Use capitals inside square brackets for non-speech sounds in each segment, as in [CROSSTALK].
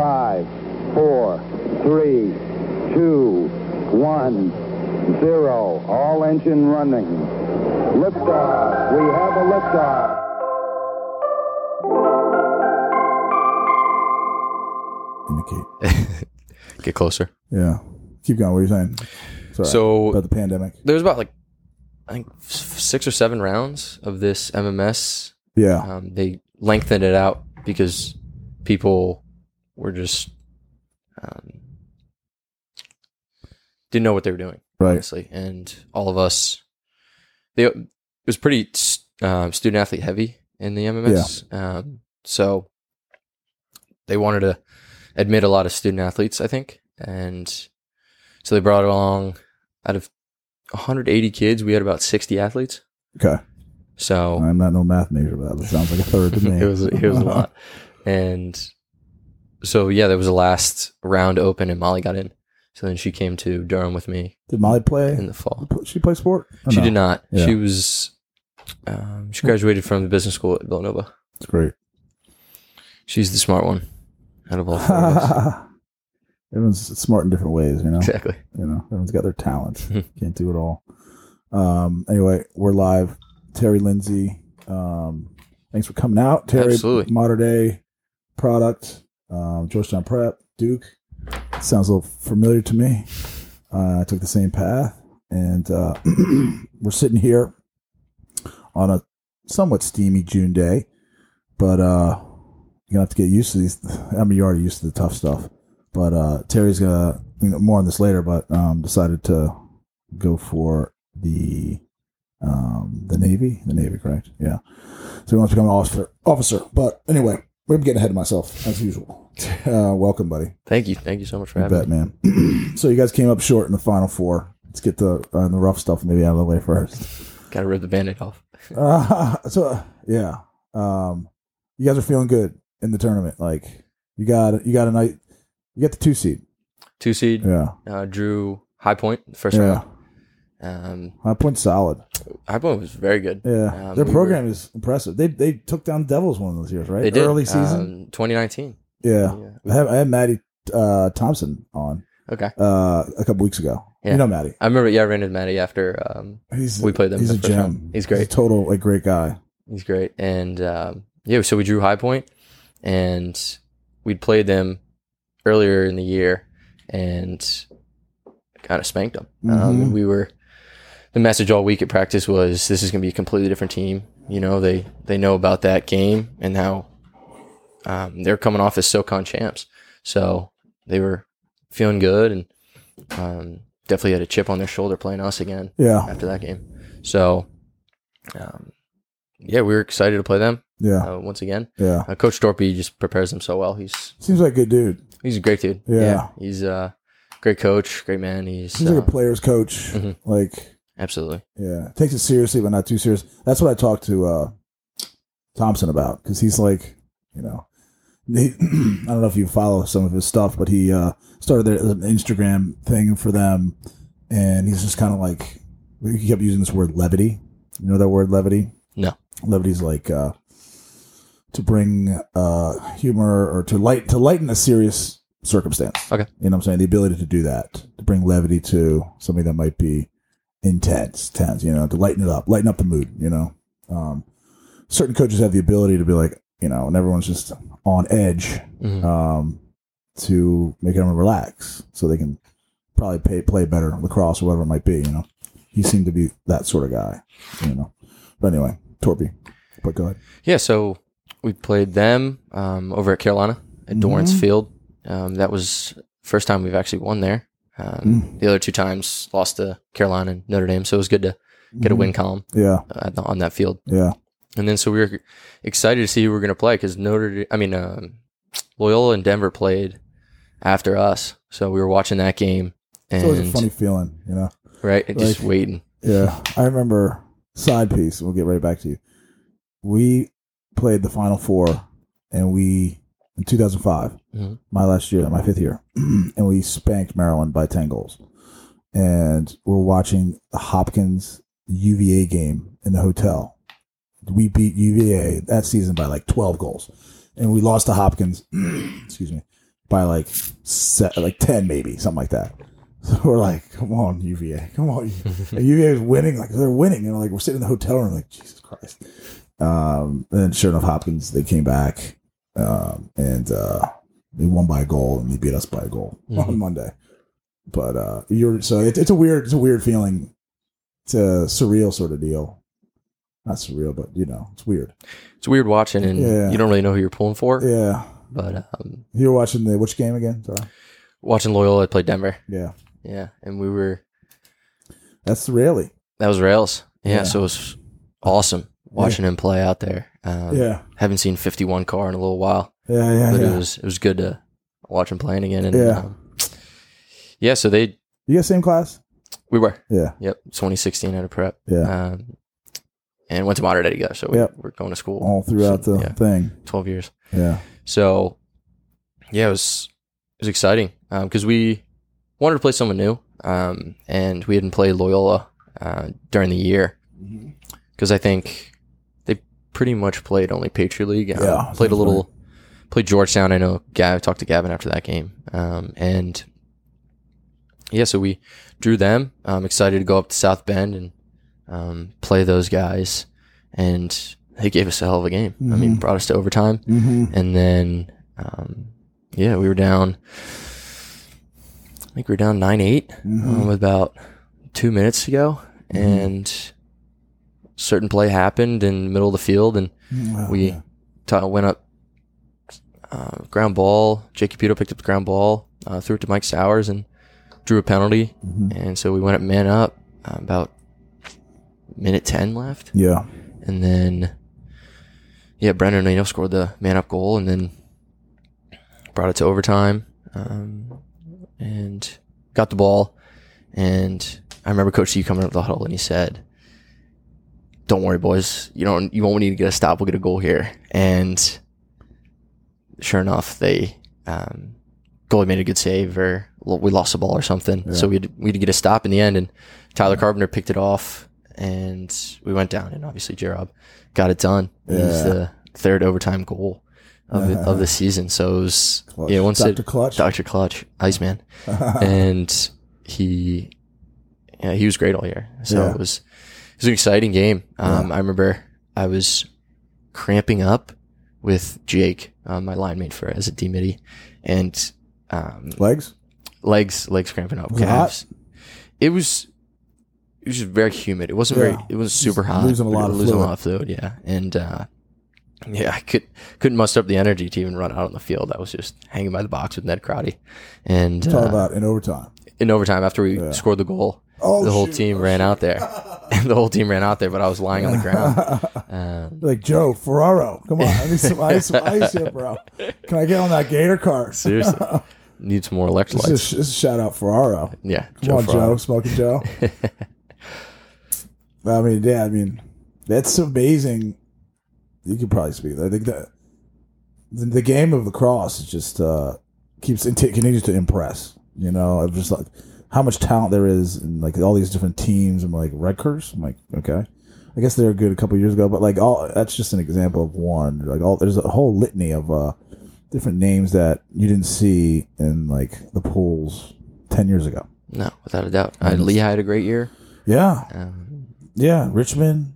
five, four, three, two, one, zero. All engine running. Liftoff. We have a liftoff. Indicate. Get closer. Yeah. Keep going. What are you saying? Sorry. So- about the pandemic. There was about like I think s- six or seven rounds of this MMS. Yeah. Um, they lengthened it out because people were just um, didn't know what they were doing. Right. honestly. And all of us, they, it was pretty s- um, student athlete heavy in the MMS. Um, so they wanted to admit a lot of student athletes, I think. And so they brought along out of 180 kids, we had about 60 athletes. Okay. So I'm not no math major, but that sounds like a [LAUGHS] third to me. it was it was a lot. And so yeah, there was a last round open and Molly got in. So then she came to Durham with me Did Molly play? in the fall. She play sport? or She no? did not. Yeah. She was. Um, she graduated from the business school at Villanova. It's great. She's the smart one out of all four [LAUGHS] of us. Everyone's smart in different ways, you [LAUGHS] know. Exactly. You know, everyone's got their talents. Can't do it all. Um, anyway, we're live. Terry Lindsay, um, thanks for coming out. Terry, Absolutely. modern day product, um, Georgetown Prep, Duke. Sounds a little familiar to me. Uh, I took the same path, and uh, [CLEARS THROAT] we're sitting here on a somewhat steamy June day, but uh, you're gonna have to get used to these. I mean, you're already used to the tough stuff, but uh, Terry's gonna you know, more on this later. But um, decided to go for the um, the Navy, the Navy, correct? Yeah. So he wants to become an officer. Officer, but anyway, I'm getting ahead of myself as usual. Uh, welcome, buddy. Thank you. Thank you so much for You having bet, me. man. [CLEARS THROAT] so you guys came up short in the final four. Let's get the uh, the rough stuff maybe out of the way first. Got to rip the band-aid off. Uh, [LAUGHS] so uh, yeah, um, you guys are feeling good in the tournament. Like you got you got a night. You got the two seed. Two seed. Yeah, Uh, drew High Point first yeah. round. Um, My point's solid. High Point was very good. Yeah, Um, their we program is impressive. They they took down Devils one of those years, right? They did Early season. um, 2019. yeah, I have I had Maddie uh, Thompson on Okay. uh, a couple weeks ago. Yeah. You know Maddie. I remember. Yeah, I ran into Matty after. Um, He's We played them He's the a first gem. round. He's great. a total like great guy. He's great. And um, yeah, so we drew High Point, and we'd played them earlier in the year, and kind of spanked them. Um, Mhm. and we were the message all week at practice was this is going to be a completely different team. You know, they they know about that game and how um, they're coming off as SoCon champs, so they were feeling good and um, definitely had a chip on their shoulder playing us again Yeah, after that game. So, um, yeah, we were excited to play them yeah, uh, once again. yeah. Uh, Coach Dorpy just prepares them so well. He's Seems like a good dude. he's a great dude. Yeah. he's a great coach, great man. He's, He's uh, like a player's coach. Mhm. Like absolutely Yeah, takes it seriously, but not too serious. That's what I talked to uh, Thompson about because he's like, you know, he, [CLEARS THROAT] I don't know if you follow some of his stuff, but he uh, started there as an Instagram thing for them, and he's just kind of like he kept using this word levity. You know that word levity? No. levity's like uh, to bring uh, humor or to light to lighten a serious circumstance. Okay. you know what I'm saying? The ability to do that to bring levity to something that might be intense, tense, you know, to lighten it up, lighten up the mood, you know. Um, certain coaches have the ability to be like, you know, and everyone's just on edge Mhm. um, to make everyone relax so they can probably pay, play better lacrosse or whatever it might be, you know. He seemed to be that sort of guy, you know. But anyway, Torpy, but go ahead. yeah. So we played them um, over at Carolina at Mhm. Dorrance Field. Um, that was first time we've actually won there. Um, Mm. The other two times lost to Carolina and Notre Dame, so it was good to Mm-hmm. get a win column Yeah, uh, at the- on that field. yeah, And then so we were excited to see who we are going to play because Notre, Da- I mean, um, Loyola and Denver played after us, so we were watching that game it's always a and funny feeling, you know. right, and just like- waiting. Yeah, [LAUGHS] I remember side piece. We'll get right back to you. We played the final four, and we in 2005, Mhm. my last year, my fifth year, [CLEARS THROAT] and we spanked Maryland by 10 goals. And we're watching the Hopkins UVA game in the hotel. We beat UVA that season by like 12 goals, and we lost to Hopkins. [CLEARS THROAT] excuse me, by like set, like ten maybe something like that. [LAUGHS] So we're like, come on UVA, come on. and UVA is winning, like they're winning, and like we're sitting in the hotel room, like Jesus Christ. Um, and then sure enough, Hopkins they came back, um, and uh, they won by a goal and they beat us by a goal [LAUGHS] on Mhm. Monday. But uh, you're so it, it's a weird, it's a weird feeling. It's a surreal sort of deal. Not surreal, but you know, it's weird. It's weird watching, and Yeah. you don't really know who you're pulling for. Yeah. But um, You're watching the which game again? Sorry. watching Loyola play Denver, Yeah. yeah, and we were That's really. that was Rails, yeah. Yeah. So it was awesome watching him play out there. Um, Yeah. haven't seen 51 car in a little while, Yeah, yeah, but yeah. it was it was good to watch him playing again. And Yeah. um, yeah, so they you guys same class? we were Yeah. yep 2016 out of prep, Yeah. um, and went to Monterey together. So we, Yep. Oh. we're going to school All throughout the yeah. thing. 12 years. Yeah. So, yeah, it was it was exciting because we wanted to play someone new, um, and we hadn't played Loyola uh, during the year because I think they pretty much played only Patriot League. Um, Yeah, played sounds a little, played Georgetown. I know. Gav I talked to Gavin after that game, um, and yeah, so we drew them. I'm excited to go up to South Bend and um, play those guys, and they gave us a hell of a game. I mean, Mhm. brought us to overtime Mm-hmm. and then um, yeah, we were down. I think we were down nine Mm-hmm. um, about two minutes ago, Mhm. and certain play happened in the middle of the field, and Oh, Mm-hmm. we ta- went up uh, ground ball. Jake Caputo picked up the ground ball, uh, threw it to Mike Sowers, and drew a penalty, Mhm. and so we went up man up uh, about minute ten left Yeah. and then yeah, Brendan O'Neill scored the man up goal, and then brought it to overtime, um, and got the ball. And I remember Coach C coming up the huddle, and he said, "Don't worry, boys. You don't. You won't need to get a stop. We'll get a goal here." And sure enough, they um, goalie made a good save, or lo- we lost the ball or something. Yeah. So we had, we had to get a stop in the end, and Tyler Carpenter picked it off, and we went down, and obviously Jarob got it done. It was Yeah. Uh-huh. the third overtime goal of the, of the season. So it was Clutch. yeah, once Dr. it, Clutch. [LAUGHS] Uh-huh. Dr. Clutch, Iceman, and he yeah, he was great all year. So Yeah. it was it was an exciting game. Um, I remember I was cramping up with Jake, um, my line mate for as a D midi, and um, Legs? legs legs cramping up, Was it hot? calves. It was it was just very humid. It wasn't Yeah. very it was super hot. losing a lot of losing fluid. a lot of fluid, yeah. And uh yeah, I could couldn't muster up the energy to even run out on the field. I was just hanging by the box with Ned Crotty. And Talk uh, about in overtime. in overtime after we Yeah. scored the goal, [LAUGHS] Oh, the whole shoot. team ran [LAUGHS] out there. the whole team ran out there, but I was lying on the ground. Um, [LAUGHS] like Joe Ferraro, come on, I need some ice, some ice here, bro. Can I get on that Gator [LAUGHS] cart? seriously. [LAUGHS] Need some more This is, electrolytes. this is a shout out Ferraro. yeah. Come on, Ferraro. Joe, smoking Joe. I mean, yeah, I mean, that's amazing. You could probably speak. I think that the, the game of lacrosse is just uh, keeps it continues to impress. You know, of just like how much talent there is, and like all these different teams, and like Rutgers. I'm like, okay, I guess they were good a couple years ago, but like all that's just an example of one. Like all there's a whole litany of uh, different names that you didn't see in like the pools ten years ago. No, without a doubt. Uh, Lehigh had a great year. Yeah, Um, yeah, Richmond,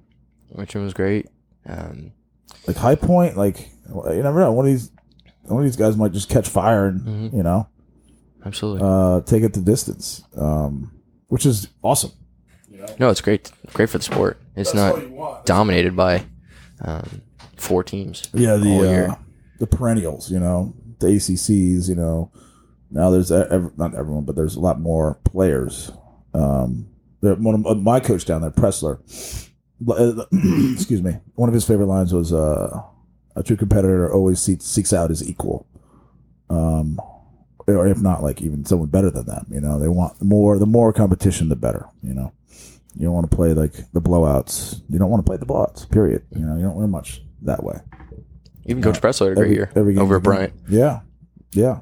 Richmond was great. Um, like High Point, like you never know. One of these, one of these guys might just catch fire and Mhm. you know absolutely. uh, take it the distance, um, which is awesome. no, it's great. Great for the sport. It's not dominated by um, four teams. Yeah, all the uh, year. the perennials, you know, the ACCs, you know. Now there's e- ev- not everyone, but there's a lot more players. Um, there- one of uh, my coach down there, Pressler. uh, [CLEARS THROAT] excuse me. One of his favorite lines was, uh, "A true competitor always seeks, seeks out his equal." Um, or if not, like even someone better than them. You know, they want more. The more competition, the better. You know, you don't want to play like the blowouts. You don't want to play the blowouts. Period. You know, you don't learn much that way Even Coach Pressler had a great year game over they do. at Bryant. Yeah, yeah.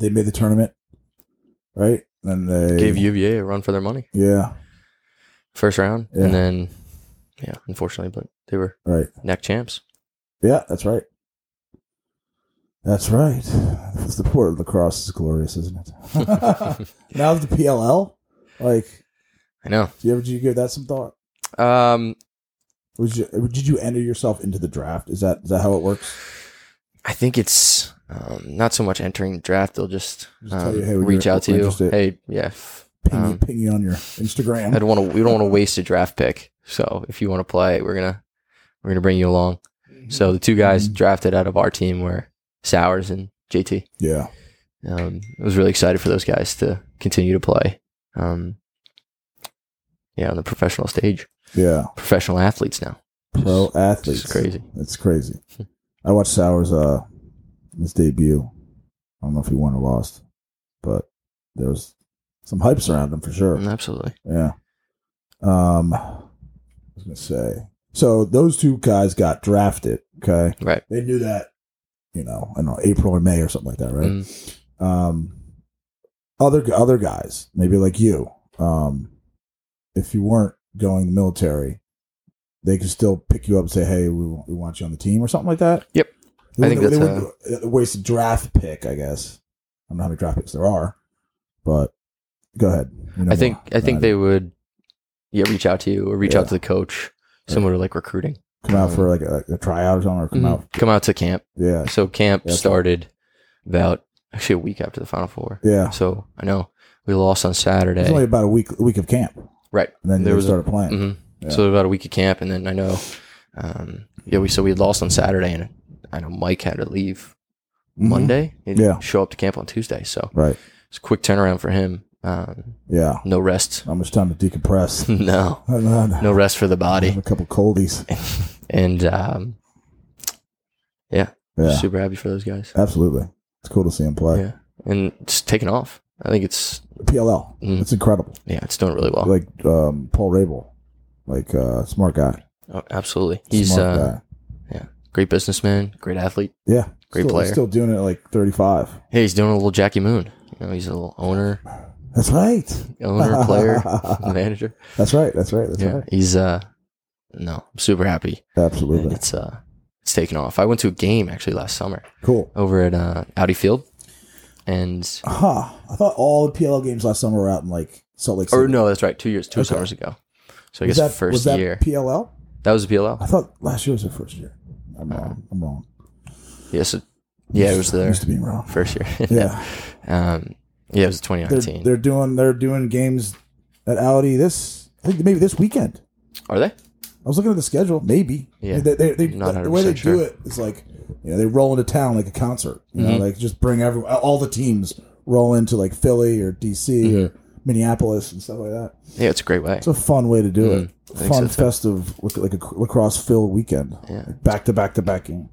They made the tournament, right? And they Gave UVA a run for their money. yeah, First round. Yeah. And then, yeah, [LAUGHS] unfortunately, but they were right, neck champs. yeah. That's right. That's right. That's the port of lacrosse is glorious, isn't it? [LAUGHS] now that the PLL, like, I know. do you ever did you give that some thought? Um, Was you, did you enter yourself into the draft? Is that is that how it works? I think it's um, not so much entering the draft. They'll just, Just tell um, you, "Hey, we're reach out to you. interested." Hey, yeah. f- Ping, you Um, ping you on your I Instagram. don't want to. We don't want to waste a draft pick. So if you want to play, we're gonna we're gonna bring you along. So the two guys Mhm. drafted out of our team were Sowers and JT. yeah, Um, I was really excited for those guys to continue to play. Um, yeah, on the professional stage, yeah. professional athletes now. Pro athletes. It's crazy. It's crazy. I watched Sauer's uh his debut. I don't know if he won or lost, but there was some hype around him for sure. Mm, Absolutely. Yeah. Um, I was gonna say. So those two guys got drafted. Okay. Right. They knew that. You know, I don't know April or May or something like that, right? Mm, um, other other guys, maybe like you, um, if you weren't going the military, they could still pick you up and say, "Hey, we, want- we want you on the team" or something like that. Yep. They I think wouldn't- that's they wouldn't waste a draft pick, I guess. I don't know how many draft picks there are, but go ahead. You know I think more I than think they would yeah, reach out to you or reach Yeah. out to the coach, similar to like recruiting. do. come out for like a, a tryout or something, or come Mhm. out. Come out to camp. Yeah, So camp That's- started about actually a week after the final four. yeah. So I know we lost on It's Saturday. only about a week week of camp, right. and then There they was a- started playing. hmm Yeah. So about a week of camp, and then I know, um, yeah, we so we had lost on Saturday, and I know Mike had to leave Mhm. Monday. He Yeah. didn't show up to camp on Tuesday, so right? it's a quick turnaround for him. Um, Yeah, no rest, [LAUGHS] not much time to decompress. [LAUGHS] no, no rest for the Have body, [LAUGHS] a couple [LAUGHS] coldies. and um, Yeah, Uh, super happy for those guys. absolutely. It's cool to see him play. Yeah, and it's taking off. I think it's PLL, Mm. it's incredible. yeah, it's doing really well. Like um, Paul Rabel, like uh, smart guy. Oh, absolutely, he's a smart uh, guy. great businessman, great athlete. Yeah, great still, player. Still doing it at like thirty-five. Hey, he's doing a little Jackie Moon. You know, he's a little owner, That's right. [LAUGHS] owner, player, [LAUGHS] manager. That's right. That's right. That's yeah, right. he's uh, no, I'm super happy. Absolutely. It's uh, it's taken off. I went to a game actually last summer Cool. over at uh, Audi Field, and Huh. I thought all the PLL games last summer were out in like Salt Lake City. or no, that's right, two years, two Okay. summers ago. So I was guess that first was that year PLL? that was a PLL. I thought last year was their first year. I'm wrong. I'm wrong. Yes, it- yeah, it was I there used to being wrong. first year. [LAUGHS] Yeah. um, yeah, it was they're, 2019. they're doing they're doing games at Audi this I think maybe this weekend. Are they? I was looking at the schedule. Maybe Yeah. They, they, they, Not the way they 100% do sure. it is like you know they roll into town like a concert. You know, Mhm. like just bring every all the teams roll into like Philly or DC or Minneapolis and stuff like that. Yeah, it's a great way. It's a fun way to do Mhm. it. think Fun so, too. festive look like a lacrosse filled weekend. Yeah. Like, back to back to back games.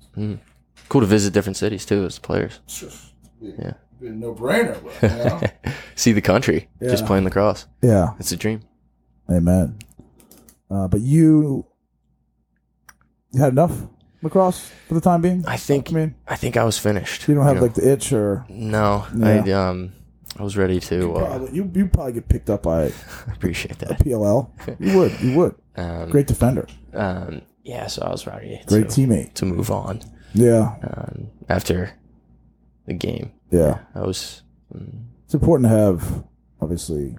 cool to visit different cities too as players. Yeah, no brainer. [LAUGHS] See the country just Yeah. playing lacrosse. [LAUGHS] yeah, It's a dream. amen. Uh, but you, you had enough lacrosse for the time being. I think- I mean, I think I was finished. you don't have know? like the itch or No, I um, I was ready to. Uh, Probably- you you probably get picked up by appreciate that. [LAUGHS] PLL. You would, you would. Um, Great defender, Um, yeah, so I was ready to, great teammate. to move on Yeah, um, after the game. yeah. I was mm, It's important to have, obviously,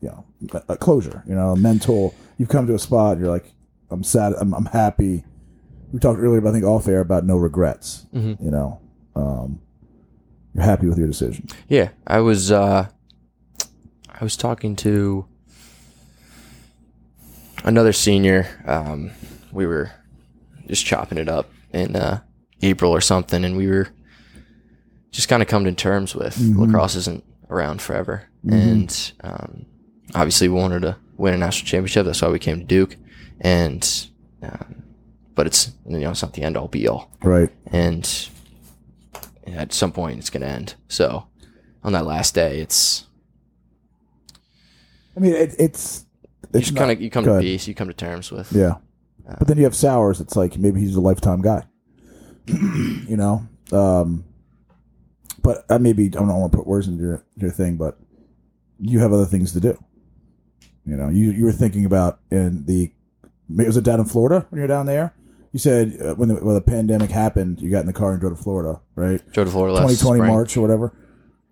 you know, a- a closure. You know, a mental. You've come to a spot. you're like, I'm sad. I'm, I'm happy. We talked earlier, about, I think off air about no regrets. Mhm. You know, um, you're happy with your decision. yeah, I was uh, I was talking to another senior. Um, we were just chopping it up in uh, April or something, and we were just kind of come to terms with lacrosse isn't around forever, and um, obviously we wanted to win a national championship. That's why we came to Duke, and um, but it's you know it's not the end all be all Right. and at some point it's going to end. So on that last day, it's I mean, it, it's you it's just not- kind of you come go to ahead. peace, you come to terms with. yeah. But then you have Sowers. It's like maybe he's a lifetime guy. [CLEARS THROAT] you know. Um, but I maybe I don't want to put words into your, your thing, but you have other things to do. You know, you you were thinking about in the maybe was it down in Florida when you're down there. you said uh, when the, when the pandemic happened, you got in the car and drove to Florida, right? Drove to Florida last 2020 spring. March or whatever.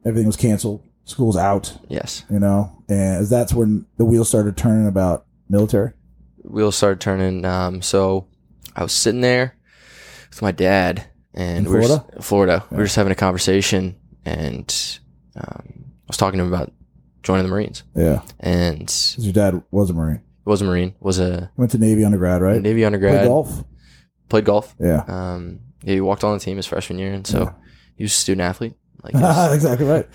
Everything was canceled. School's out. Yes. You know, and that's when the wheels started turning about military. Wheels started turning. Um, so I was sitting there with my dad and In we were Florida? just, Florida. We Yeah. were just having a conversation and um, I was talking to him about joining the Marines. Yeah, And he 'Cause your dad was a Marine. was a Marine, was a He went to Navy undergrad, right? Navy undergrad, Played golf. played golf. Yeah. Um, he walked on the team his freshman year, and so Yeah. he was a student athlete. [LAUGHS] Like, he was- exactly right.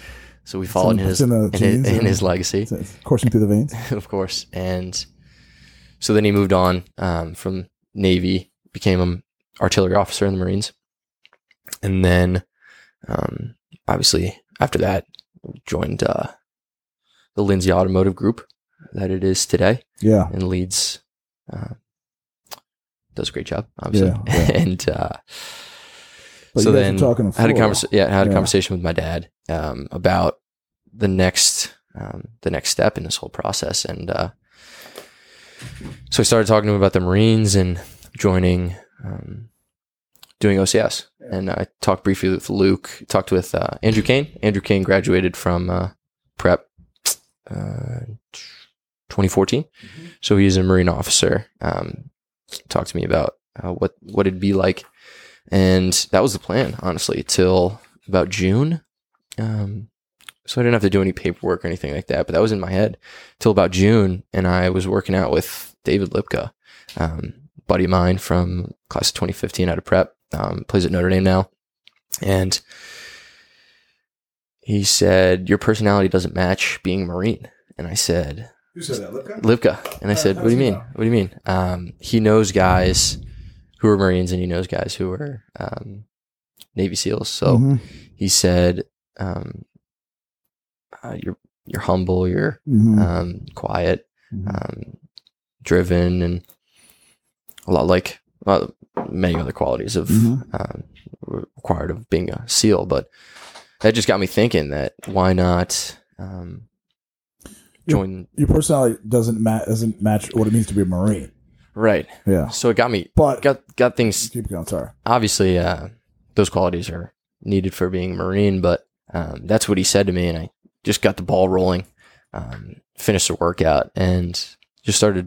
so we in- followed in it's his in in, the his, genes in and- his legacy, It's- it's coursing through the veins. [LAUGHS] of course. And so then he moved on um, from Navy, became an artillery officer in the Marines, and then um, obviously after that joined uh, the Lindsay Automotive Group that it is today, Yeah. and leads uh, does a great job, obviously, Yeah, yeah. [LAUGHS] and. Uh, But so you guys then were talking in I had a Florida. conversation. Yeah, I had a Yeah. conversation with my dad um, about the next um, the next step in this whole process, and uh, so I started talking to him about the Marines and joining, um, doing OCS. And I talked briefly with Luke. Talked with uh, Andrew Kane. Andrew Kane graduated from uh, prep uh, 2014, so he's a Marine officer. Um, talked to me about uh, what what it'd be like and that was the plan honestly till about june um, so i didn't have to do any paperwork or anything like that but that was in my head till about june and i was working out with david lipka um, buddy of mine from class of 2015 out of prep um, plays at notre dame now and he said your personality doesn't match being a marine and i said Who said that? Lipka? Livka. And I Uh, said, how What do you does he mean? know? What do you mean? Um, he knows guys who are Marines and he knows guys who are um, Navy SEALs. So Mhm. he said, um, uh, You're you're humble, you're Mhm. um, quiet, Mhm. um, driven, and a lot like well, many other qualities of Mhm. um, required of being a SEAL. But that just got me thinking that why not um, Yeah. join? Your personality doesn't ma- doesn't match what it means to be a Marine. Right. Yeah. So it got me But got got things keep going. Sorry. obviously uh, those qualities are needed for being a marine but um, that's what he said to me and i just got the ball rolling um, finished the workout and just started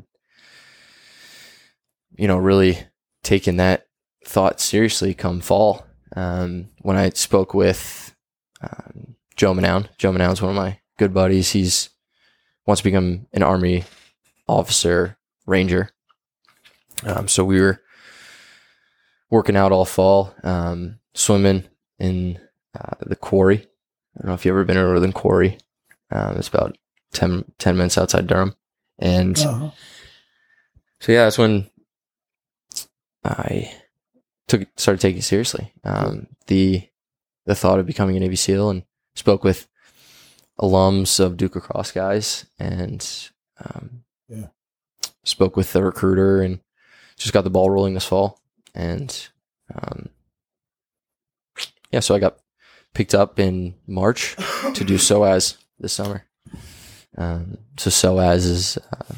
you know really taking that thought seriously come fall um, when i spoke with um, joe manown joe manown's one of my good buddies he's wants to become an army officer ranger um, so we were working out all fall, um, swimming in uh, the quarry. I don't know if you've ever been to Northern Quarry. Um, it's about 10, 10 minutes outside Durham. And Uh-huh. [LAUGHS] so, yeah, that's when I took started taking it seriously um, the the thought of becoming an Navy SEAL and spoke with alums of Duke Cross guys and um, Yeah. spoke with the recruiter and just got the ball rolling this fall. And um, yeah, so I got picked up in March to do SOAS this summer. Um, so SOAS is uh,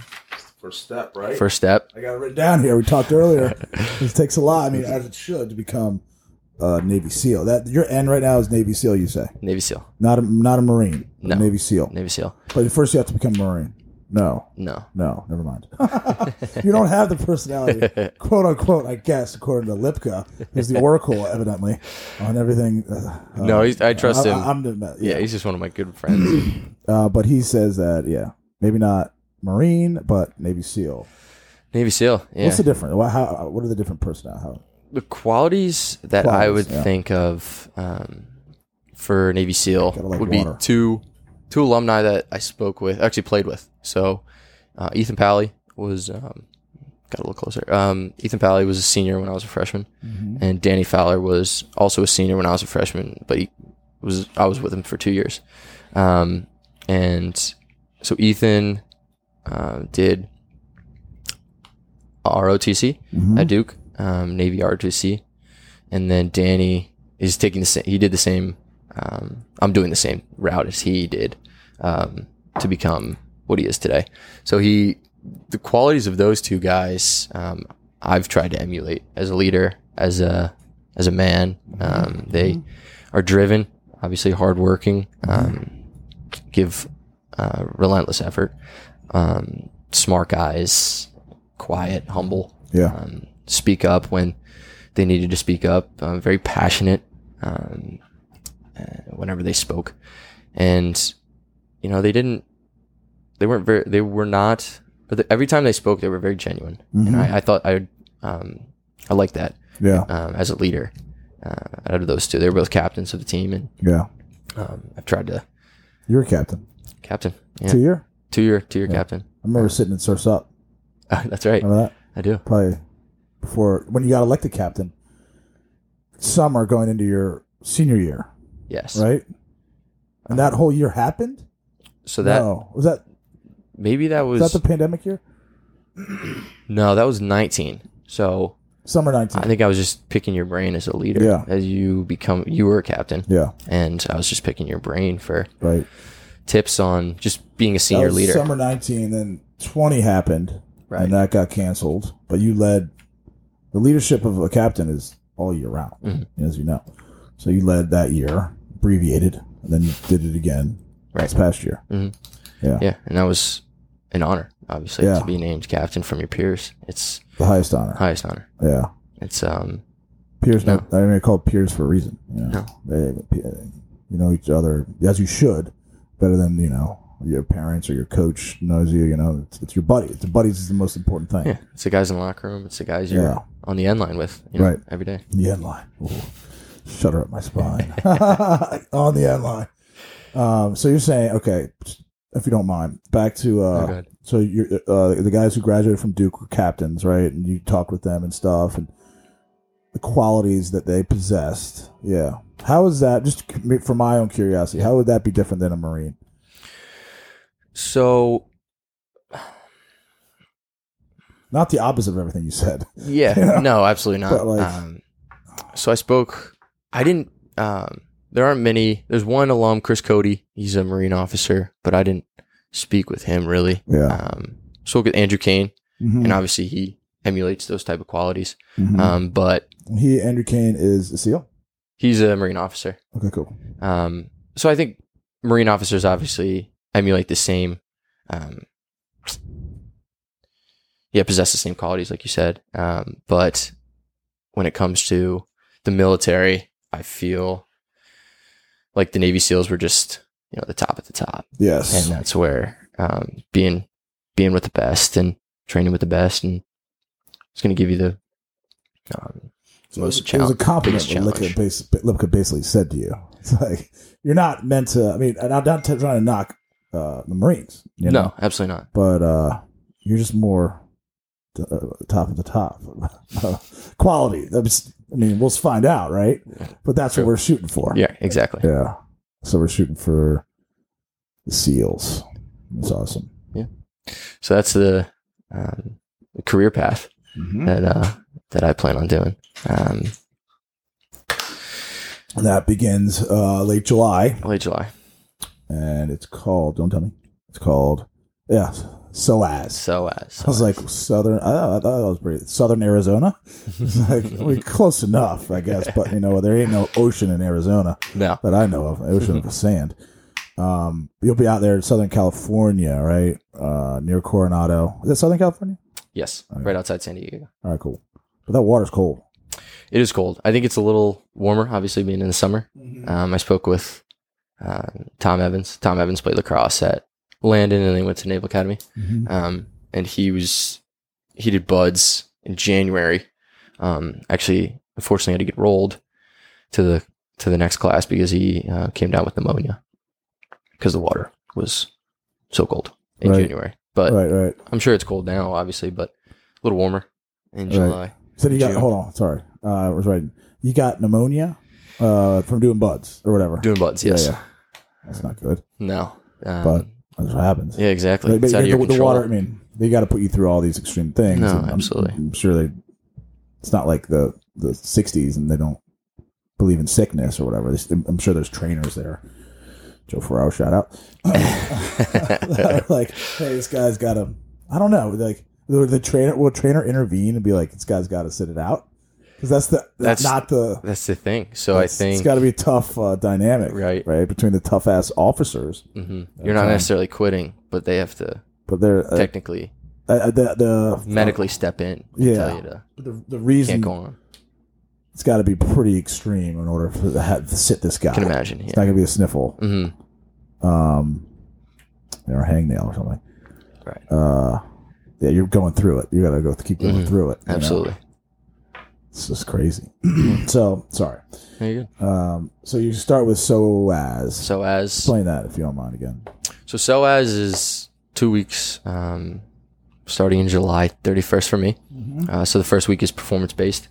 First step, right? first step. I got it written down here. We talked [LAUGHS] earlier. this takes a lot. I mean, as it should, to become a Navy SEAL. That your end right now is Navy SEAL. You say Navy SEAL. not a not a Marine, a No. Navy SEAL. Navy E SEAL. But first you have to become a Marine. No, No. no, never mind. [LAUGHS] you don't have the [LAUGHS] personality quote unquote, I guess, according to Lipka, who's the oracle, evidently, on everything. Uh, No, he's- I trust him. I, am doing that. Yeah, he's just one of my good friends. Uh, but he says that, yeah, maybe not Marine, but Navy SEAL. Navy SEAL. Yeah. What's the difference? What, how, uh, what are the different personnel? How, the qualities that I Qualities, would yeah. think of um, for Navy SEAL Gotta like would water. be two two alumni that I spoke with, actually played with. So uh, Ethan Pally was um, got a little closer. Um, Ethan Pally was a senior when I was a freshman, Mm-hmm. and Danny Fowler was also a senior when I was a freshman, but he was I was with him for two years, um, and so Ethan uh, did ROTC Mm-hmm. at Duke, um, Navy ROTC, and then Danny is taking the same. He did the same. Um, I'm doing the same route as he did um, to become what he is today. So he, the qualities of those two guys, um, I've tried to emulate as a leader, as a as a man. Um, they are driven, obviously hardworking, um, give uh, relentless effort, um, smart guys, quiet, humble, Yeah. um, speak up when they needed to speak up, um, very passionate um, uh, whenever they spoke. And, you know, they didn't, they weren't very, they were not, but the, every time they spoke, they were very genuine. And I, I thought I, um, I like that Mm-hmm. Yeah. um, as a leader uh, out of those two. They were both captains of the team, and Yeah. um, I've tried to You're a captain. captain. Yeah. Two year. Two year, two year captain. [LAUGHS] Uh, I remember sitting at Surf's Up. That's right. Remember that? I do. Probably before when you got elected captain. Summer going into your senior year, Yes. right? And that whole year happened. So that no, was that maybe that was was that the pandemic year? no, that was nineteen. So Summer nineteen. I think I was just picking your brain as a leader. Yeah. As you become, you were a captain, yeah, and I was just picking your brain for right. tips on just being a That senior was leader. Summer nineteen, then twenty happened, Right. and that got canceled. But you led the leadership of a captain is all year round, Mm-hmm. as you know. So you led that year, abbreviated, and then you did it again Right. this past year. Yeah, and that was an honor, obviously, Yeah. to be named captain from your peers. It's The highest honor. highest honor. Yeah. It's um Peers, No. not, I mean, they call it peers for a reason. You know, they, you know each other as you should, better than you know your parents or your coach knows you. You know, it's, it's your buddy. It's the buddies is the most important thing. Yeah, it's the guys in the locker room. It's the guys you're Yeah. on the end line with, you know, Right. Every day. The end line. Ooh, shudder up my spine [LAUGHS] on the end line. Um, so you're saying, okay, if you don't mind, back to Oh, uh, go ahead. so you're uh, the guys who graduated from Duke were captains, right? And you talked with them and stuff, and the qualities that they possessed. Yeah, how is that? Just for my own curiosity, how would that be different than a Marine? So Not the opposite of everything you [LAUGHS] said. yeah, [LAUGHS] Yeah. no, absolutely not. But, like- um, so I spoke. I didn't. Um, there aren't many. There's one alum, Chris Cody. He's a Marine officer, but I didn't speak with him really. Yeah, Um, spoke with Andrew Kane, Mhm. and uh, obviously he emulates those type of qualities. Mhm. Um, but he Andrew Kane is a SEAL. he's a Marine officer. Okay, cool. Um, so I think Marine officers obviously emulate the same, um, yeah, possess the same qualities, like you said. Um, but when it comes to the military, I feel like the Navy SEALs were just you know the top at the top, Yes, and uh, that's where um, being being with the best and training with the best, and it's going to give you the um, So most it was a challenge- compliment biggest what Lipka, challenge. bas- Lipka basically said to you. [LAUGHS] It's like you're not meant to. I mean, and I'm not t- trying to knock uh, the Marines. You know? no, absolutely not. but uh, you're just more t- uh, top of the top [LAUGHS] quality. That's, I mean, we'll find out, right? But that's True. what we're shooting for. Yeah, exactly. yeah. So we're shooting for the seals. That's awesome. So that's the um, career path that uh, that I plan on doing. Um, And that begins uh, late July, late July, and it's called. Don't tell me. It's called. Yeah, SOAS. so as I was like southern. I, I thought that was pretty southern Arizona. [LAUGHS] It's like we close enough, I guess. But you know, there ain't no ocean in Arizona no, that I know of. Ocean of sand. Um, you'll be out there in Southern California, right? Uh, near Coronado. Is that Southern California? yes, right outside San Diego. All right, cool. But that water's cold. It is cold. I think it's a little warmer, obviously being in the summer. Um, I spoke with uh, Tom Evans. Tom Evans played lacrosse at Landon, and then he went to Naval Academy. Mhm. Um, and he was he did buds in January. Um, actually, unfortunately, had to get rolled to the to the next class because he uh, came down with pneumonia because the water was so cold in Right. January. But Right, right. I'm sure it's cold now, obviously, but a little warmer in Right. July. So you got. June. Hold on. Sorry, uh, I was writing. You got pneumonia uh, from doing buds or whatever. Doing buds, yes. That's not good. No. Um, But- That's what happens. yeah, exactly. But- but it's out of the- your the, control. water. I mean, they got to put you through all these extreme things. No, and I'm- absolutely. I'm, sure they. It's not like the the '60s, and they don't believe in sickness or whatever. They, I'm sure there's trainers there. Joe Ferraro, [LAUGHS] [LAUGHS] shout out. like, hey, this guy's got a. I don't know. Like, The, the trainer will trainer intervene and be like, "This guy's got to sit it out," because that's the that's, That's- not the. [LAUGHS] That's the thing. So I that's- think it's got to be a tough uh, dynamic, Right. Right between the tough ass officers, Mhm. you're not Okay. necessarily quitting, but they have to but they're uh, technically uh, the the medically step in. and Yeah. tell you to the, the can't reason go on. it's got to be pretty extreme in order for the, have to sit this guy. Can imagine. It's not Yeah. gonna be a sniffle, hmm um, or a hangnail or something. Right. Uh, yeah, you're going through it. You gotta go keep going Mhm. through it. you know? Absolutely. it's just crazy. [CLEARS THROAT] so sorry. There you go. Um, so you start with so as So as explain that if you don't mind again. So SOAS is two weeks, um, starting in July 31st for me. Mm-hmm. Uh, so the first week is performance based,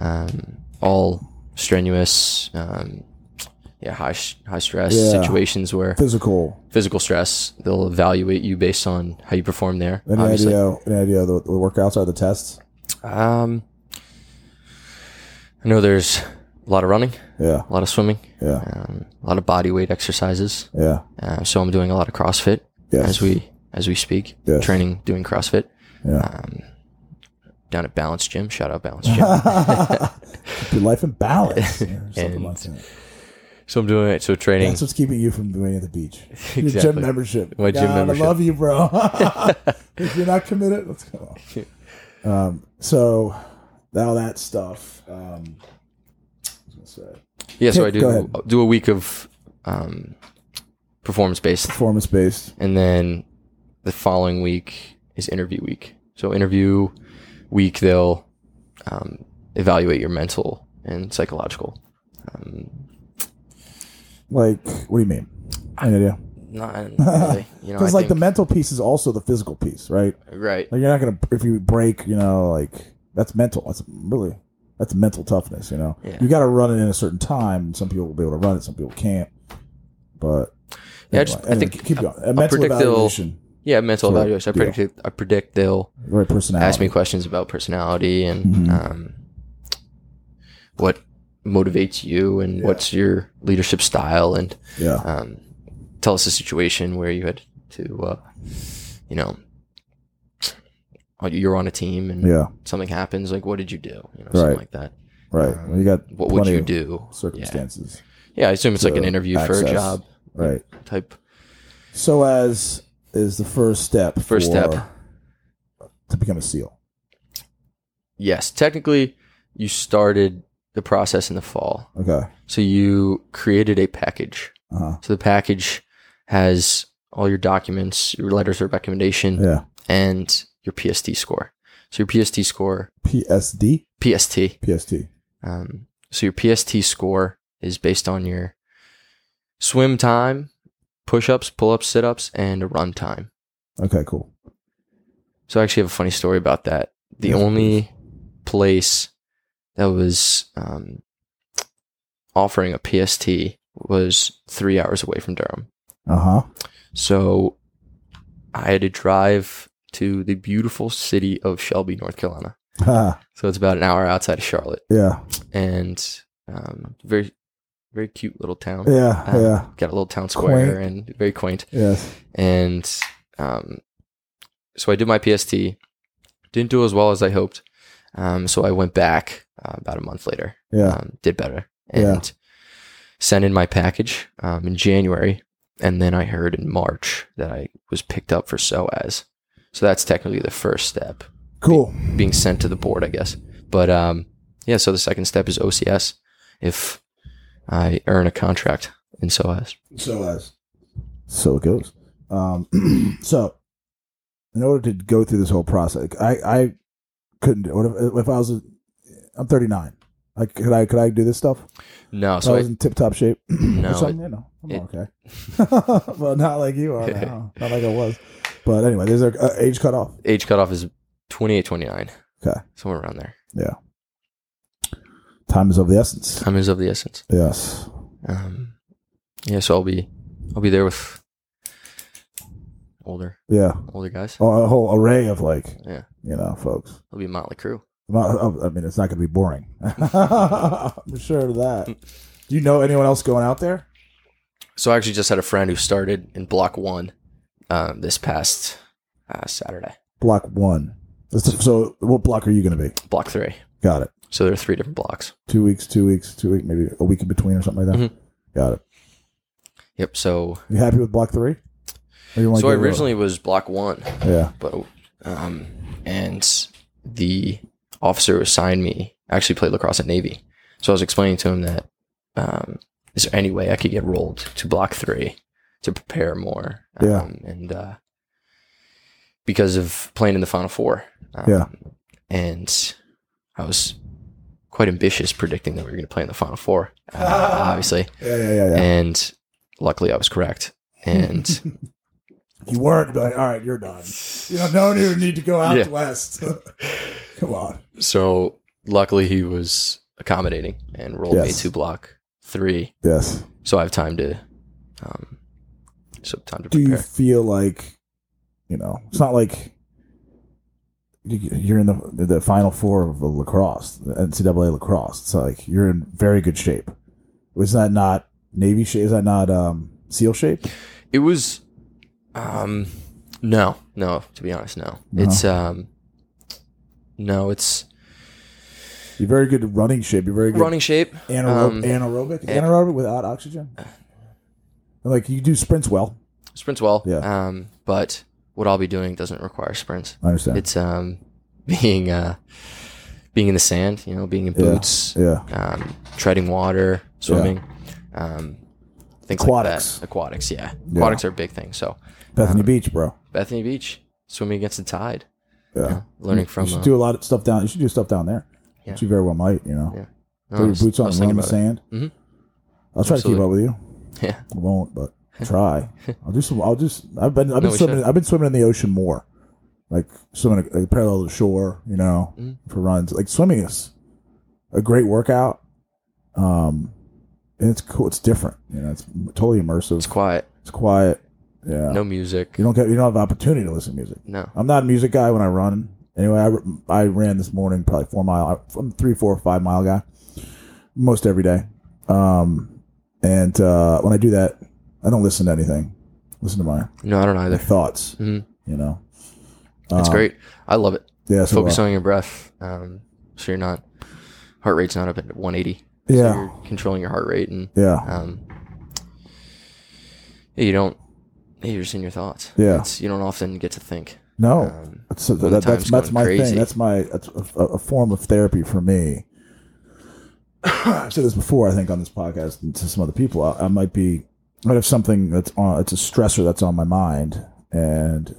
um, all strenuous, um, yeah, high sh- high stress Yeah. situations where Physical, physical stress. They'll evaluate you based on how you perform there. any idea? Any idea of the, the workouts are the tests? Um, I know there's a lot of running, Yeah, a lot of swimming, yeah, um, a lot of body weight exercises. yeah. Uh, so I'm doing a lot of CrossFit Yes. as we as we speak. Yes. Training, doing CrossFit. Yeah. Um, down at Balance Gym. Shout out Balance [LAUGHS] Gym. Keep your life in [LAUGHS] balance. or something Uh. And- like that. so I'm doing it. So training. That's what's keeping you from doing it at the [LAUGHS] beach. Your gym Exactly. membership. My gym God, membership. I love you, [LAUGHS] bro. [LAUGHS] if you're not committed, let's go. Um, so all that stuff. Um, I was gonna say, yeah. So I Go ahead. do do a week of um, performance based, performance based. and then the following week is interview week. So interview week they'll um, evaluate your mental and psychological. Um, Like, what do you mean? Any idea? not really. [LAUGHS] You know, I Because like the think- mental piece is also the physical piece, right? right. Like you're not gonna if you break, you know, like that's mental. That's really that's mental toughness. You know, Yeah. you got to run it in a certain time. Some people will be able to run it. Some people can't. But Yeah, I just- I think keep going. A mental predict they'll- evaluation, Yeah, mental Sort of evaluation. I deal. predict. I predict they'll the right personality. ask me questions about personality and Mhm. um, what motivates you and Yeah. what's your leadership style and Yeah, um, tell us a situation where you had to uh, you know uh, you're on a team and yeah, something happens like what did you do you know something Right. like that right. um, Well, you got what would plenty you of do yeah. Circumstances, yeah i assume it's like an to interview for access. a job right? type So as is the first step. First for- step. to become a seal. yes technically you started the process in the fall Okay. so you created a package Uh huh. So the package has all your documents, your letters of recommendation, Yeah. and your PST score. So your PST score, PSD. PST. PST. Um, so your PST score is based on your swim time, push ups, pull ups, sit ups, and run time. Okay. Cool. So I actually have a funny story about that. The Yes, only place that was um, offering a PST was three hours away from Durham. Uh huh. So I had to drive to the beautiful city of Shelby, North Carolina. Ha, So it's about an hour outside of Charlotte, [LAUGHS] yeah, and um, very, very cute little town. yeah, Um, yeah, Got a little town square Quaint. and very quaint. yes, And um, so I did my PST. Didn't do as well as I hoped. Um, so I went back uh, about a month later. yeah, Um, did better and Yeah. sent in my package um, in January. And then I heard in March that I was picked up for SOAS. So that's technically the first step, cool. being sent to the board, I guess. But um, yeah, so the second step is OCS if I earn a contract in SOAS. So as so it goes. Um, [CLEARS THROAT] so in order to go through this whole process, I I couldn't. do- What if, if I was? A, I'm 39. Like, could I could I do this stuff? No, If I so was I, in tip top shape. No, Which I'm, you know, I'm it- okay. [LAUGHS] [LAUGHS] well, not like you are. Now. Not like I was. But anyway, there's a, a age cutoff. age cutoff is 28, 29. Okay. Somewhere around there. Time is of the essence. Time is of the essence. Yes. Um, yeah, so I'll be, I'll be there with older, Yeah. older guys. Oh, a whole array of like, Yeah. you know, folks. It'll be Motley Crue. Well, I I mean, it's not going to be boring. [LAUGHS] I'm sure of that. [LAUGHS] Do you know anyone else going out there? So I actually just had a friend who started in Block One um, this past uh, Saturday. Block one. That's the- so, what block are you going to be? Block three. Got it. So there are three different blocks. Two weeks, two weeks, two weeks, maybe a week in between or something like that. Mm-hmm. Got it. Yep. So You happy with block three? Or you wanna so I give it a- originally was block one, yeah, but um, and the officer who assigned me actually played lacrosse at Navy. So I was explaining to him that um, is there any way I could get rolled to block three to prepare more? Yeah. Um, and uh, because of playing in the final four. Um, Yeah. And I was quite ambitious predicting that we were going to play in the final four, uh, obviously. yeah, yeah, [LAUGHS] yeah. yeah. And luckily I was correct. And you weren't, but all right, you're done. [LAUGHS] You don't, don't even need to go out Yeah. west. [LAUGHS] Come on. So luckily he was accommodating and rolled me Yes. to block three, Yes. so I have time to, um, so time to Do you prepare. feel like, you know, it's not like you- you're in the the final four of the lacrosse, the NCAA lacrosse. It's like you're in very good shape. Was that not Navy shape? Is that not um, SEAL shape? It was, um, no, no. To be honest, no. No. It's um, no. It's You're very good at running shape. You're very good running shape. anaerob- um, anaerobic. Anaerobic without oxygen. Like you do sprints well. Sprints well. Yeah. Um, but what I'll be doing doesn't require sprints. I understand. It's um, [LAUGHS] being uh, being in the sand. You know, being in Yeah. boots. yeah. um, treading water, swimming, um, things Aquatics. like that. Aquatics, yeah. Yeah. Aquatics are a big thing. So um, Bethany Beach, bro. Bethany Beach, swimming against the tide, Yeah. learning from. you should uh, do a lot of stuff down. You should do stuff down there. Yeah. Which you very well might. You know, Yeah. put no, I your was- boots oh, I on, and was thinking run in the about sand. Mhm. I'll try to keep Absolutely. up with you. it. Yeah, I won't, but I'll [LAUGHS] try. I'll do some. I'll just. I've been. I've been No, we swimming. should. I've been swimming in the ocean more, like swimming uh, parallel to shore. You know, Mm-hmm. for runs. Like swimming is a great workout. Um, and it's cool. It's different. You know, it's totally immersive. it's quiet, It's quiet. Yeah. no music, You don't get. You don't have opportunity to listen to music. no. I'm not a music guy when I run. Anyway, I, I ran this morning probably four mile. I'm three, four, five mile guy, most every day. Um, and uh, when I do that, I don't listen to anything. Listen to my No, I don't either. thoughts. Mhm. You know, Um, It's great. I love it. yeah. Uh, So Focus uh, on your breath, um, so you're not heart rate's not up at 180. Yeah. so you're controlling your heart rate and yeah, um, yeah, you don't. yeah, You're just in your thoughts. Yeah. It's- you don't often get to think. no. um, that's so when that, the that's time's that's going my crazy. thing. That's my that's a, a form of therapy for me. I've said this before, I think, on this podcast and to some other people. I, I might be, I might have something that's on, it's a stressor that's on my mind, and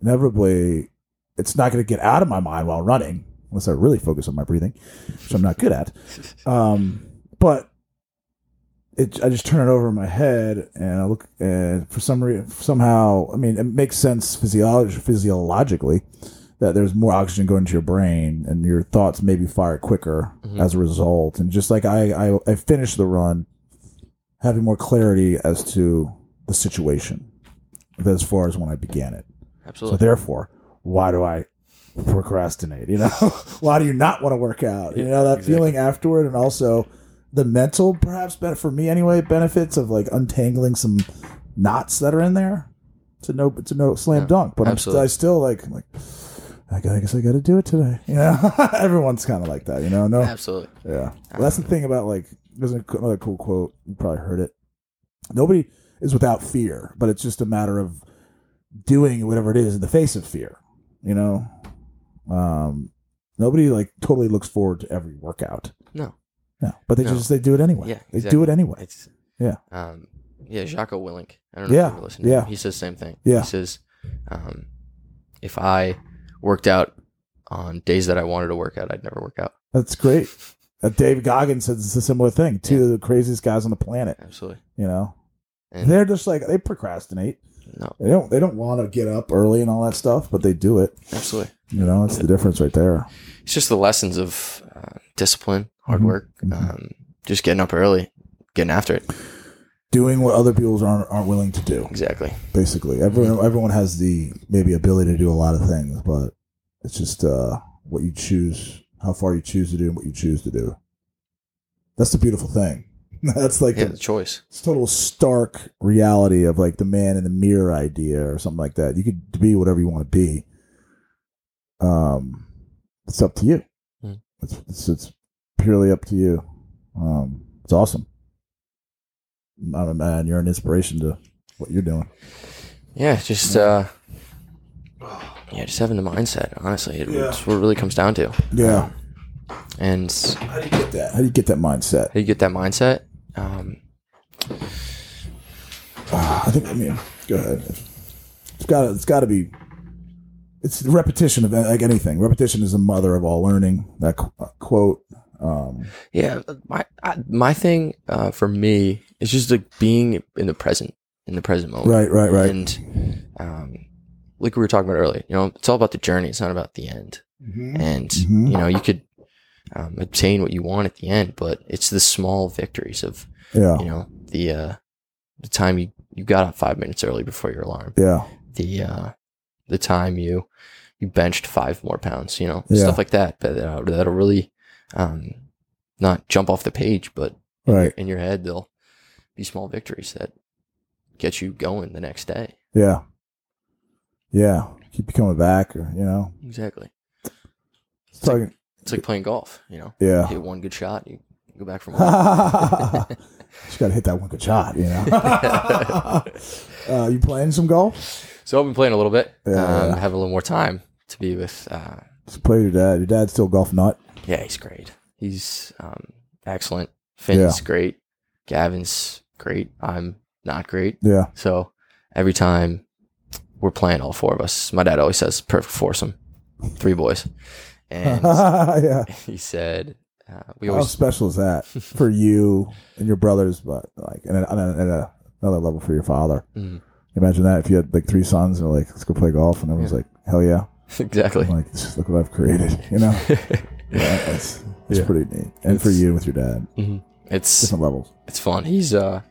inevitably, it's not going to get out of my mind while running unless I really focus on my breathing, which I'm not good at. Um, but it, I just turn it over in my head, and I look, and for some reason, somehow, I mean, it makes sense physiolog- physiologically that there's more oxygen going to your brain, and your thoughts maybe fire quicker Mhm. as a result. And just like I, I, I finished the run, having more clarity as to the situation as far as when I began it. So Absolutely. therefore, why do I procrastinate? You know, [LAUGHS] why do you not want to work out? You know that exactly. feeling afterward, and also the mental, perhaps, ben- for me anyway, benefits of like untangling some knots that are in there. It's a no, it's a no slam Yeah, dunk. But I'm still, absolutely. I still like, I'm like, I gotta- I guess I got to do it today. [LAUGHS] You know, everyone's kind of like that. You know, no, Absolutely. yeah. Well, that's the thing about like there's a- another cool quote. You probably heard it. Nobody is without fear, but it's just a matter of doing whatever it is in the face of fear. You know, um, nobody like totally looks forward to every workout. No. No, but they No. just they do it anyway. Yeah, They do it anyway. It's Yeah. Um, yeah, Jocko Willink. I don't know Yeah, if you ever listened to yeah. him. He says the same thing. Yeah. He says, um, if I worked out on days that I wanted to work out, I'd never work out. That's great. Uh, Dave Goggins says it's a similar thing. Two of the craziest guys on the planet. Absolutely. You know, And they're just like they procrastinate. no, They don't. They don't want to get up early and all that stuff, but they do it. absolutely. You know, it's the difference right there. It's just the lessons of uh, discipline, hard Mhm. work, Mhm. um, just getting up early, getting after it. doing what other people aren't aren't willing to do. Exactly. Basically, everyone everyone has the maybe ability to do a lot of things, but it's just uh, what you choose, how far you choose to do, and what you choose to do. That's the beautiful thing. [LAUGHS] That's like Yeah, the the choice. total stark reality of like the man in the mirror idea or something like that. You could be whatever you want to be, um, it's up to you. Mm. It's, it's it's purely up to you. Um, it's awesome. I'm man, you're an inspiration to what you're doing. Yeah, just uh, yeah, just having the mindset. Honestly, it, Yeah. it's what it really comes down to. Yeah. And s- How do you get that? How do you get that mindset? you get that mindset. Um, Ah, I think I mean, go ahead. It's got to it's got to be. It's the repetition of like anything. Repetition is the mother of all learning. That qu- uh, quote. Um, yeah, my I, my thing uh, for me is just like being in the present, in the present moment. right, right, right. And um, like we were talking about earlier, you know, it's all about the journey. It's not about the end. And Mhm. you know, you could um, obtain what you want at the end, but it's the small victories of yeah, you know the uh, the time you you got up five minutes early before your alarm, yeah, the uh, the time you you benched five more pounds, you know, Yeah. stuff like that. But uh, that'll really um, not jump off the page, but right, in your head they'll be small victories that get you going the next day. yeah, yeah. Keep you coming back, or you know, Exactly. it's talking. It's like playing golf, you know. Yeah, Hit one good shot, you go [LAUGHS] back from one. just got to hit that one good shot. You know, uh, you playing some golf? [LAUGHS] So I've been playing a little bit. Yeah, um, yeah. Have a little more time to be with. Uh, Just play with your dad. Your dad's still golf nut. yeah, he's great. He's um, excellent. Finn's great. Gavin's great. I'm not great. Yeah, So every time we're playing, all four of us. My dad always says perfect foursome, three boys, [LAUGHS] and yeah. he said uh, we How always special is [LAUGHS] that for you and your brothers, but like and on a, and a, another level for your father? Mm. Imagine that if you had like three sons and were like, let's go play golf, and everyone's like, hell yeah, [LAUGHS] exactly. I'm like this is- look what I've created, you know? yeah, that's it's pretty neat. And for you with your dad, It's different levels. it's fun. He's uh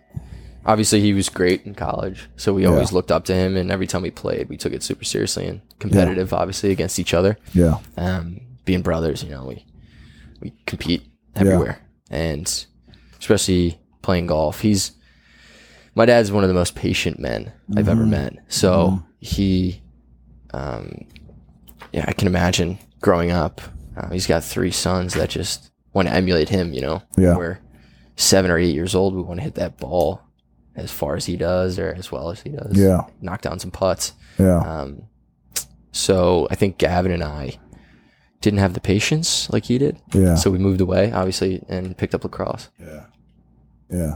obviously he was great in college, so we always looked up to him and every time we played, we took it super seriously and competitive obviously against each other. Yeah, Um being brothers, you know, we we compete everywhere. And especially playing golf. He's my dad's one of the most patient men I've Mm-hmm. ever met. So he um yeah, I can imagine growing up. Uh, he's got three sons that just want to emulate him, you know. Yeah. We're seven or eight years old. We want to hit that ball as far as he does or as well as he does. Yeah. Knock down some putts. yeah, Um, so I think Gavin and I didn't have the patience like he did. yeah, So we moved away, obviously, and picked up lacrosse. yeah, yeah.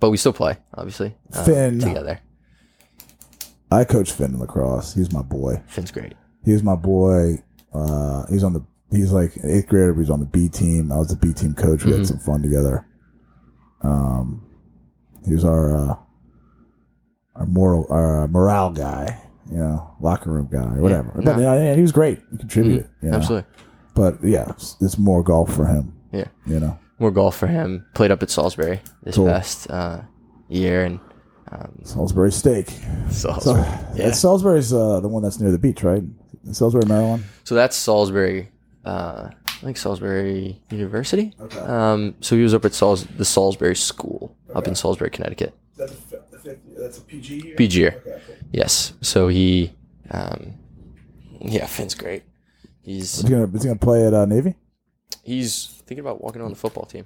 But we still play, obviously. uh, Finn. Together. I coach Finn in lacrosse. He's my boy. Finn's great. he was my boy. Uh, he's on the he's like an eighth grader. But he's on the B team. I was the B team coach. We had some fun together. Um, he was our uh, our moral our uh, morale guy. You know, locker room guy or whatever. Yeah, But, yeah, he was great. He contributed. you know. Absolutely. But yeah, it's, it's more golf for him. Yeah. You know. More golf for him. Played up at Salisbury this Cool. past uh, year. And um, Salisbury steak. So, Salisbury. Yeah. Salisbury's uh, the one that's near the beach, right? Salisbury, Maryland. So that's Salisbury, uh, I think Salisbury University. Okay. Um, so he was up at Salis- the Salisbury School up in Salisbury, Connecticut. That's a, that's a PG. PG year. Okay, cool. Yes. So he, um, yeah, Finn's great. He's Is he gonna, is he gonna play at uh, Navy? he's thinking about walking on the football team.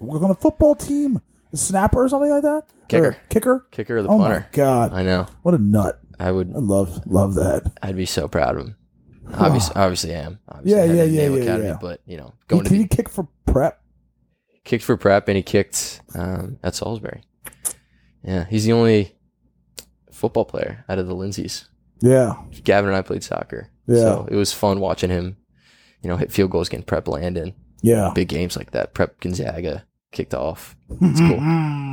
We're on a football team, a snapper or something like that. Kicker. Or kicker. Kicker or the Oh my punter. god! I know. What a nut! I would. I love love that. I'd be so proud of him. Obviously, obviously I am. Obviously Ah. Yeah, I had yeah, him in yeah, Naval yeah, Academy, yeah. But you know, He, going to can be you kick for prep? kicked for prep and he kicked um, at Salisbury. Yeah, he's the only football player out of the Lindsays. Yeah, Gavin and I played soccer. Yeah. So it was fun watching him, you know, hit field goals against Prep Landon. yeah. Big games like that. Prep Gonzaga kicked off. [LAUGHS] It's cool.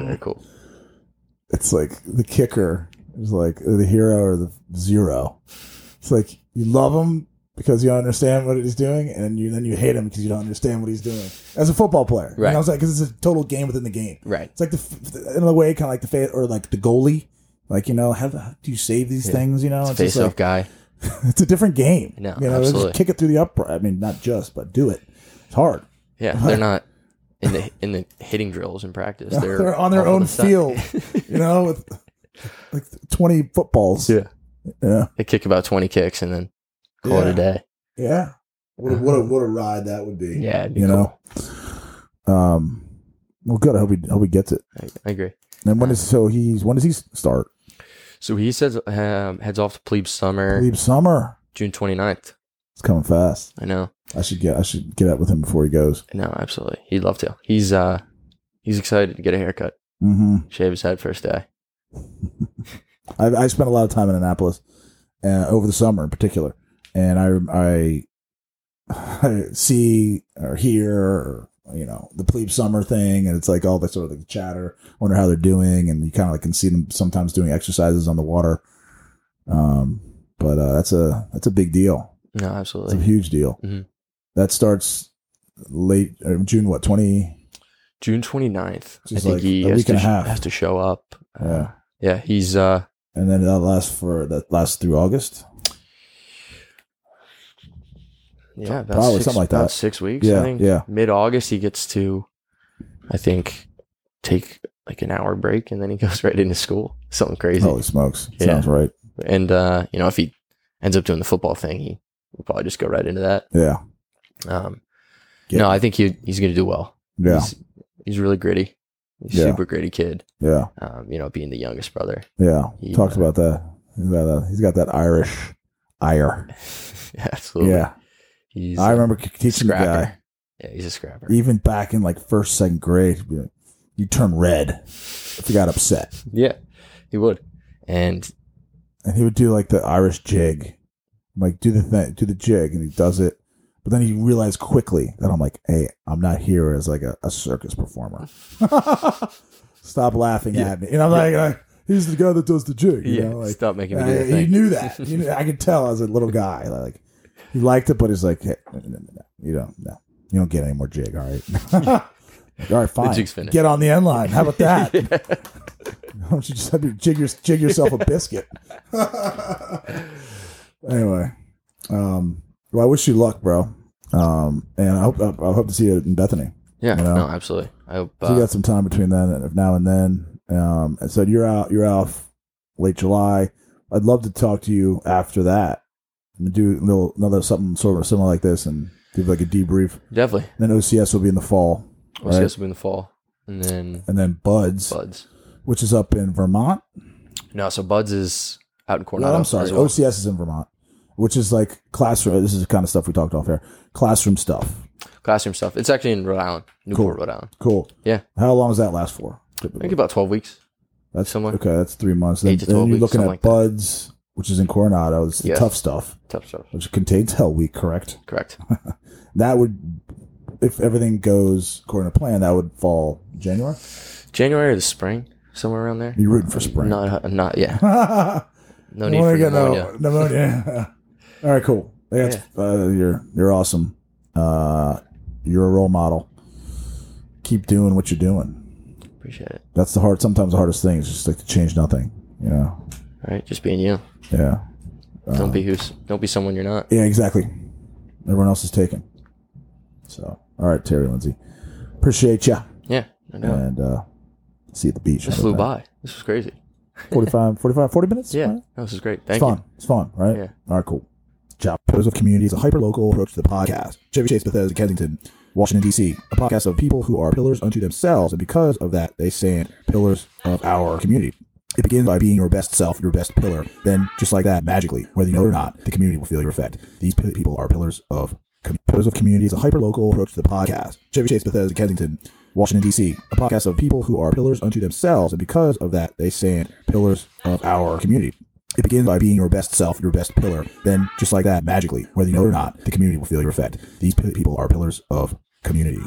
Very cool. It's like the kicker is like the hero or the zero. It's like you love him because you don't understand what he's doing, and you then you hate him because you don't understand what he's doing as a football player. You know, Right. it's like because it's a total game within the game. Right. It's like the f- in a way, kind of like the fa- or like the goalie. Like you know, how, the, how do you save these things? You know, Oh, it's, Face just off like, guy. It's a different game. No, you know, absolutely. just kick it through the upright. I mean, not just, but do it. It's hard. [LAUGHS] Yeah. They're not in the in the hitting drills [LAUGHS] in practice. They're, They're, on their all own the side. field. [LAUGHS] you know, with like twenty footballs. Yeah. Yeah. They kick about twenty kicks and then call it Yeah. a day. Yeah. What a, what a what a ride that would be. Yeah, it'd be you know. Um. Well, good. I hope he hope he gets it. I, I agree. And when is so he's when does he start? So he says um, heads off to plebe summer Leave summer. June 29th. It's coming fast. I know. I should get I should get out with him before he goes. No, absolutely. He'd love to. He's uh he's excited to get a haircut. Mm-hmm. Shave his head first day. I, I spent a lot of time in Annapolis uh, over the summer, in particular, and I, I I [LAUGHS] see or hear or, you know the plebe summer thing, and it's like all that sort of like chatter. Wonder how they're doing, and you kind of like can see them sometimes doing exercises on the water. Um, but uh, that's a that's a big deal. No, It's a absolutely. huge deal. Mhm. That starts late or June. What twenty? June 29th. I Just think like he a has week to, and a sh- half. has to show up. Uh, Yeah, yeah, he's uh and then that lasts for that lasts through August. yeah, about Probably six, something like about that. six weeks, Yeah, I think. yeah. Mid August he gets to I think take like an hour break and then he [LAUGHS] goes right into school. Something crazy. Holy smokes! Yeah. Sounds right. And uh, you know, if he ends up doing the football thing, he will probably just go right into that. Yeah, Um, Yeah. No, I think he he's going to do well. yeah, He's, he's really gritty. He's Yeah. super gritty kid. yeah, Um, you know, being the youngest brother. [LAUGHS] yeah. He, Talked uh, about that. He's got that. He's got that Irish ire. Absolutely. Yeah, He's, I uh, remember c- teaching the scrapper. guy Yeah, he's a scrapper. even back in like first, second grade. he'd be like, You turn red if you got upset, yeah, he would. And and he would do like the Irish jig. I'm like, do the thing, do the jig, and he does it. But then he realized quickly that I'm like, hey, I'm not here as like a, a circus performer. [LAUGHS] Stop laughing Yeah. at me, and I'm like, like, he's the guy that does the jig. You yeah, know, like, stop making me do I, that he thing. knew that. You knew, I could tell as a little guy. Like he liked it, but he's like, hey, no, no, no, no. you don't, no, you don't get any more jig. All right, [LAUGHS] Like, all right, fine. jig's finished. Get on the end line. How about [LAUGHS] that? [LAUGHS] Why Yeah. don't you just have your jig, your, jig yourself a biscuit? [LAUGHS] anyway, um, well, I wish you luck, bro. Um, and I hope I, I hope to see you in Bethany. yeah, You know? no, absolutely. I hope. So you Uh, got some time between then and now and then. Um, and so you're out. You're off late July. I'd love to talk to you after that. And do a little, another something sort of similar like this, and give like a debrief. definitely. And then OCS will be in the fall, We'll see Right. us in the fall, and then and then Buds, buds. which is up in Vermont. No, so buds is out in Coronado. No, I'm sorry, as well. OCS is in Vermont, which is like classroom. This is the kind of stuff we talked off here. Classroom stuff. classroom stuff. It's actually in Rhode Island, Newport, Rhode Island. Oh. Cool. Yeah. How long does that last for? I think about twelve weeks. That's somewhere. Okay, that's three months. Then, Eight to then 12 you're weeks, looking at something like that. Buds, which is in Coronado. It's the Yes. tough stuff. Tough stuff. which contains Hell Week, correct? [LAUGHS] Correct. That would, if everything goes according to plan, that would fall January. January or the spring, somewhere around there. You're rooting for spring. [LAUGHS] Not, uh, not yeah. No You need wanna for get no- pneumonia. pneumonia. [LAUGHS] All right, cool. That's, uh, you're you're awesome. Uh, you're a role model. Keep doing what you're doing. Appreciate it. That's the hard. Sometimes the hardest thing is just like to change nothing. You know. All right, just being you. Yeah. Uh, Don't be who's. Don't be someone you're not. Yeah, exactly. Everyone else is taken. So, all right, Terry Lindsay, appreciate ya. Yeah, I know. and uh, see you at the beach. This flew by. This was crazy. 45, 45, 40 minutes? Yeah, Right? no, this is great. It's Thank fun. you. It's fun, right? Yeah. All right, cool. Job Pros of Community is a hyper-local approach to the podcast. Chevy Chase, Bethesda, Kensington, Washington, D.C. A podcast of people who are pillars unto themselves, and because of that, they stand pillars of our community. It begins by being your best self, your best pillar. Then, just like that, magically, whether you know it or not, the community will feel your effect. These p- people are pillars of Com- Pillars of Community is a hyper-local approach to the podcast. Chevy Chase, Bethesda, Kensington, Washington, D.C. A podcast of people who are pillars unto themselves, and because of that, they stand pillars of our community. It begins by being your best self, your best pillar. Then, just like that, magically, whether you know it or not, the community will feel your effect. These p- people are pillars of community.